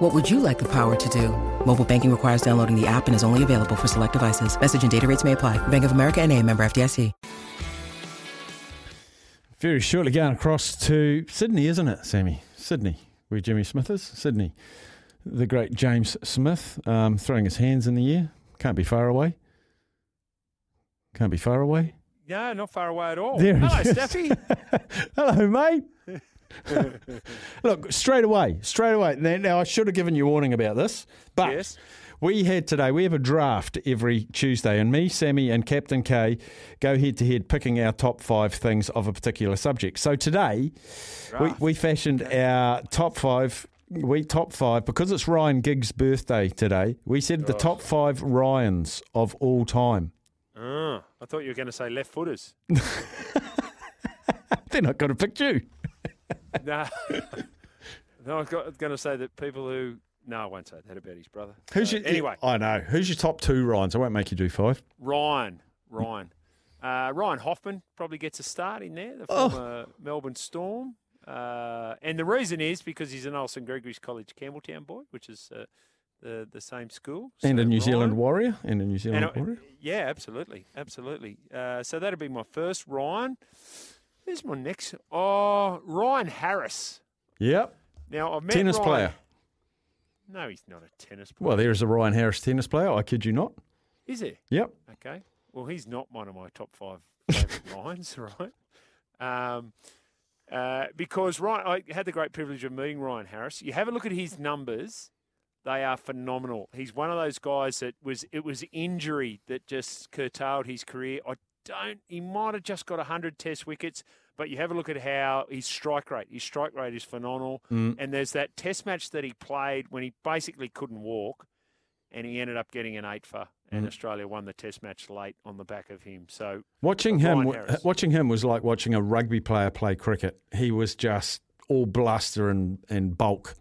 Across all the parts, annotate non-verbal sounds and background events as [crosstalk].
What would you like the power to do? Mobile banking requires downloading the app and is only available for select devices. Message and data rates may apply. Bank of America and a member FDIC. Very shortly going across to Sydney, isn't it, Sammy? Sydney, where Jimmy Smith is. Sydney. The great James Smith um, throwing his hands in the air. Can't be far away. Can't be far away. No, not far away at all. There it Hello, is. Steffi. Hello, mate. Look, straight away, straight away. Now, now, I should have given you warning about this, [laughs] but Yes. we had today, we have a draft every Tuesday, and me, Sammy, and Captain K go head to head picking our top five things of a particular subject. So today, we, we fashioned our top five. We top five because it's Ryan Giggs' birthday today. We said the top five Ryans of all time. Ah, I thought you were going to say left footers. They're not going to pick you. [laughs] no. [laughs] no, I was going to say that people who. No, I won't say that about his brother. Who's So, your, anyway, I know. Who's your top two Ryans? I won't make you do five. Ryan. Ryan. Uh, Ryan Hoffman probably gets a start in there, the Oh. former Melbourne Storm. Uh, and the reason is because he's an Olsen Gregory's College Campbelltown boy, which is uh, the, the same school. And So a New Zealand Ryan- warrior. And a New Zealand And I- warrior. yeah, absolutely, absolutely. Uh, so that'll be my first Ryan. Who's my next? Oh, Ryan Harris. Yep. Now I've met Tennis Ryan- player. No, he's not a tennis player. Well, there is a Ryan Harris tennis player. I kid you not. Is there? Yep. Okay. Well, he's not one of my top five favourite Ryans, right? Um, uh, because Ryan, I had the great privilege of meeting Ryan Harris. You have a look at his numbers; they are phenomenal. He's one of those guys that was it was injury that just curtailed his career. I don't. He might have just got hundred Test wickets, but you have a look at how his strike rate. His strike rate is phenomenal. And there's that Test match that he played when he basically couldn't walk and he ended up getting an eight for, Mm. and Australia won the Test match late on the back of him. So Watching But him, Ryan w- Harris. watching him was like watching a rugby player play cricket. He was just all bluster and, and bulk.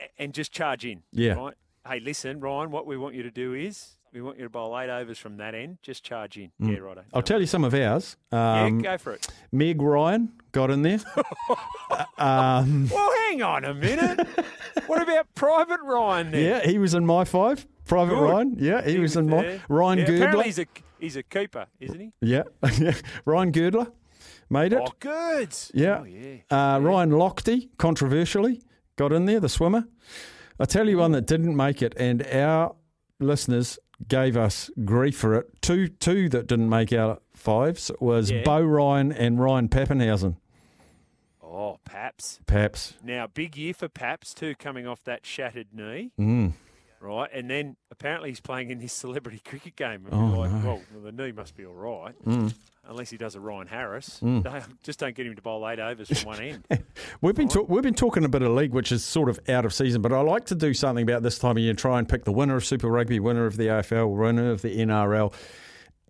a- and just charge in. Yeah. Right? Hey, listen, Ryan, what we want you to do is we want you to bowl eight overs from that end. Just charge in. Yeah, righto. Mm. I'll tell you some of ours. Um, yeah, go for it. Meg Ryan got in [laughs] there. Well, hang on a minute. [laughs] what about Private Ryan then? yeah, he was in my five. Private Good. Ryan. Yeah, he, was, in my there. Ryan Yeah, Girdler. Apparently, he's a, he's a keeper, isn't he? yeah, [laughs] Ryan Girdler made it. Oh, good. Yeah. Oh, yeah. Uh, Ryan Lochte, controversially, got in there, the swimmer. I tell you one that didn't make it, and our listeners gave us grief for it. Two two that didn't make our fives was Yeah. Bo Ryan and Ryan Pappenhausen, Oh, Paps. perhaps. Now, big year for Paps, too, coming off that shattered knee. Mm. right? And then apparently he's playing in this [laughs] celebrity cricket game. And Oh, you're like, no. Mm. well, well, the knee must be all right, unless he does a Ryan Harris. They just don't get him to bowl eight overs from one [laughs] end. We've been ta- we've been talking a bit of league, which is sort of out of season. But I like to do something about this time of year, try and pick the winner of Super Rugby, winner of the AFL, winner of the NRL.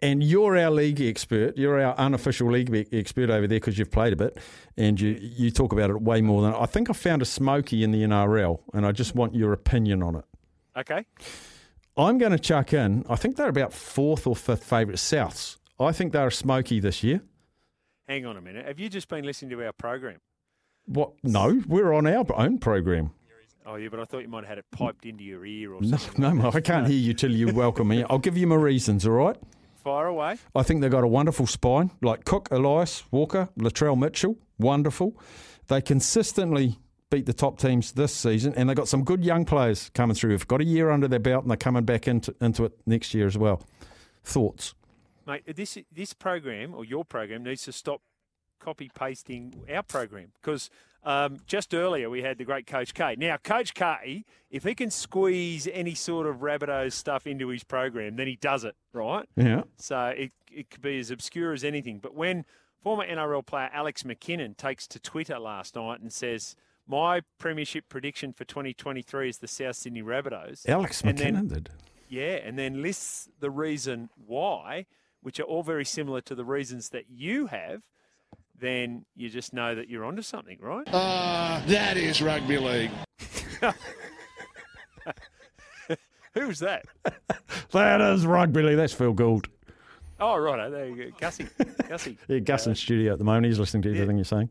And you're our league expert. You're our unofficial league e- expert over there because you've played a bit, and you you talk about it way more than I think. I found a smoky in the NRL, and I just want your opinion on it. Okay, I'm going to chuck in. I think they're about fourth or fifth favourite Souths. I think they're a smoky this year. hang on a minute. Have you just been listening to our program? What? No, we're on our own program. Oh, yeah, but I thought you might have had it piped into your ear or No, something. no, Mark, I can't hear you till you welcome me. I'll give you my reasons, all right? Fire away. I think they've got a wonderful spine, like Cook, Elias, Walker, Latrell Mitchell, wonderful. They consistently beat the top teams this season, and they've got some good young players coming through. They've got a year under their belt, and they're coming back into, into it next year as well. Thoughts? Mate, this, this program or your program needs to stop copy pasting our program because um, just earlier we had the great Coach K. Now, Coach K, if he can squeeze any sort of Rabbitohs stuff into his program, then he does it, right? Yeah. So it, it could be as obscure as anything. But when former NRL player Alex McKinnon takes to Twitter last night and says, My premiership prediction for 2023 is the South Sydney Rabbitohs. Alex And then- McKinnon did. Yeah, and then lists the reason why. which are all very similar to the reasons that you have, then you just know that you're onto something, right? Ah, that is rugby league. Who's that? That is rugby league. That's Phil Gould. Oh, right. There you go. Gussie. Gussie. Yeah, Gus in studio at the moment. He's listening to everything you're saying.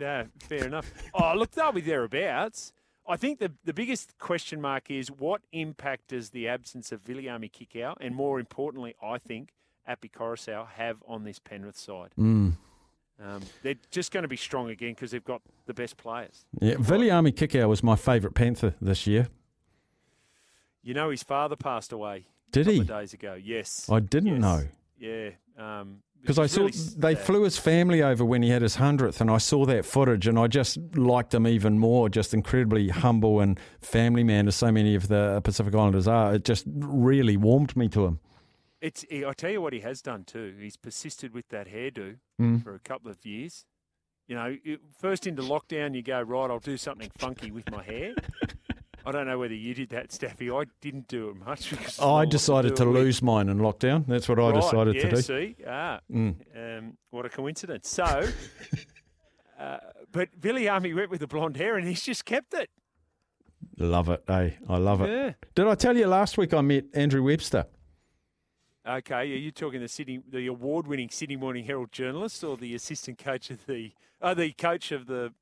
No, fair enough. Oh, look, they'll be thereabouts. I think the, the biggest question mark is what impact does the absence of Viliami Kikau, and more importantly, I think, Appy Coruscant, have on this Penrith side? Um, they're just going to be strong again because they've got the best players. Yeah, Viliami Kikau was my favourite Panther this year. You know, his father passed away Did a couple he? of days ago. Yes. I didn't Yes. know. Yeah. Um, Because I it's saw really they sad. flew his family over when he had his hundredth, and I saw that footage, and I just liked him even more. Just incredibly humble and family man, as so many of the Pacific Islanders are. It just really warmed me to him. It's. I tell you what, he has done too. He's persisted with that hairdo Hmm. for a couple of years. You know, it- first into lockdown, you go right. I'll do something funky with my hair. I don't know whether you did that, Staffy. I didn't do it much. [laughs] Because it's not a lot I to do decided to it with. lose mine in lockdown. That's what I Right, decided yeah, to Hmm. do. See, ah, um, what a coincidence. [laughs] So, uh, but Billy Army went with the blonde hair, and he's just kept it. Love it, eh? I love it. Yeah. Did I tell you last week I met Andrew Webster? Okay, are you talking the Sydney, the award-winning Sydney Morning Herald journalist, or the assistant coach of the, uh, the coach of the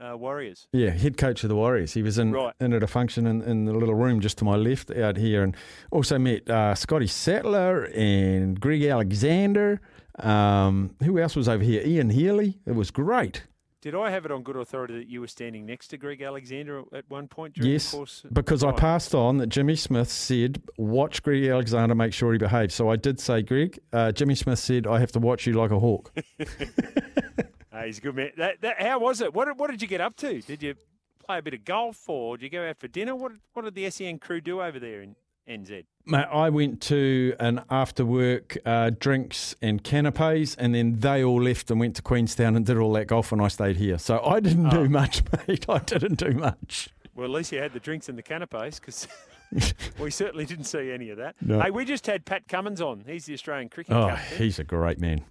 uh, Warriors? Yeah, head coach of the Warriors. He was in, Right. in at a function in, in the little room just to my left out here, and also met uh, Scotty Sattler and Greg Alexander. Um, who else was over here? Ian Healy. It was great. Did I have it on good authority that you were standing next to Greg Alexander at one point during Yes, the course? because I Right. passed on that Jimmy Smith said, "Watch Greg Alexander, make sure he behaves." So I did say, Greg. Uh, Jimmy Smith said, "I have to watch you like a hawk." Ah, he's a good man. That, that, how was it? What, did- what did you get up to? Did you play a bit of golf, or did you go out for dinner? What What did the SEN crew do over there in NZ? Mate, I went to an after work uh, drinks and canapes, and then they all left and went to Queenstown and did all that golf, and I stayed here. So I didn't do much, [laughs] mate. I didn't do much. Well, at least you had the drinks and the canapes because [laughs] we certainly didn't see any of that. No. Hey, we just had Pat Cummins on. He's the Australian cricket Oh, captain. he's a great man.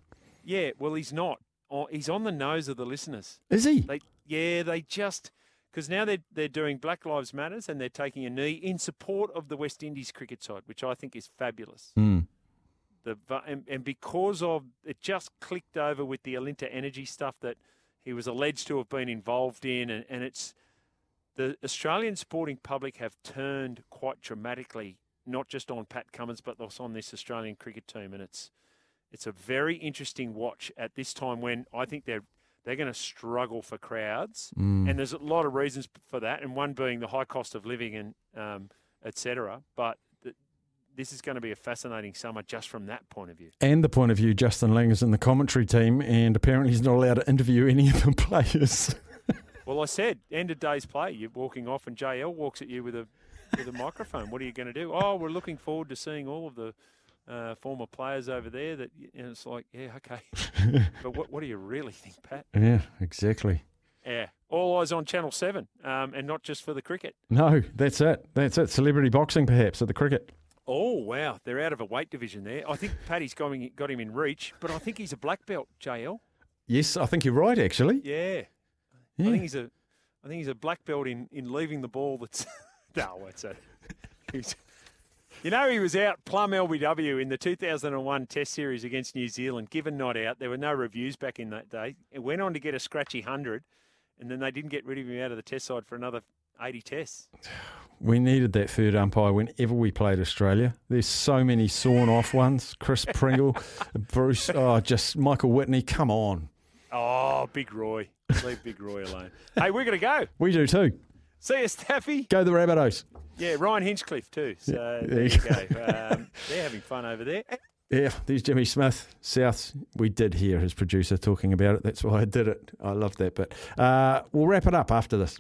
Yeah, well, he's not. Oh, he's on the nose of the listeners. Is he? They, yeah, they just because now they're they're doing Black Lives Matters and they're taking a knee in support of the West Indies cricket side, which I think is fabulous. Mm. The va- and, and because of it, just clicked over with the Alinta Energy stuff that he was alleged to have been involved in, and, and it's the Australian sporting public have turned quite dramatically, not just on Pat Cummins, but also on this Australian cricket team, and it's it's a very interesting watch at this time when I think they're they're going to struggle for crowds, and there's a lot of reasons for that, and one being the high cost of living and um, etc. But th- this is going to be a fascinating summer just from that point of view. And the point of view, Justin Lang is in the commentary team, and apparently he's not allowed to interview any of the [laughs] players. Well, I said end of day's play. You're walking off, and JL walks at you with a with a microphone. What are you going to do? Oh, we're looking forward to seeing all of the uh, former players over there. That and it's like, yeah, okay. but what what do you really think, Pat? yeah, exactly. Yeah, all eyes on Channel Seven, um, and not just for the cricket. No, that's it. That's it. Celebrity boxing, perhaps, at the cricket. Oh wow, they're out of a weight division there. I think Paddy's going got him in reach, but I think he's a black belt. JL, Yes, I think you're right, actually. yeah, I think he's a I think he's a black belt in, in leaving the ball. That's [laughs] no, it's a. He's, you know, he was out plum LBW in the 2001 Test Series against New Zealand, given not out. There were no reviews back in that day. It went on to get a scratchy 100, and then they didn't get rid of him out of the Test side for another 80 tests. We needed that third umpire whenever we played Australia. There's so many sawn off ones. Chris Pringle, Bruce, oh, just Michael Whitney. Come on. Oh, Big Roy. Leave Big Roy alone. hey, we're going to go. We do too. See you, Staffy. Go the Rabbitohs. Yeah, Ryan Hinchcliffe, too. So Yeah, there you go. Um, they're having fun over there. Yeah, there's Jimmy Smith. South, we did hear his producer talking about it. That's why I did it. I love that bit. Uh, we'll wrap it up after this.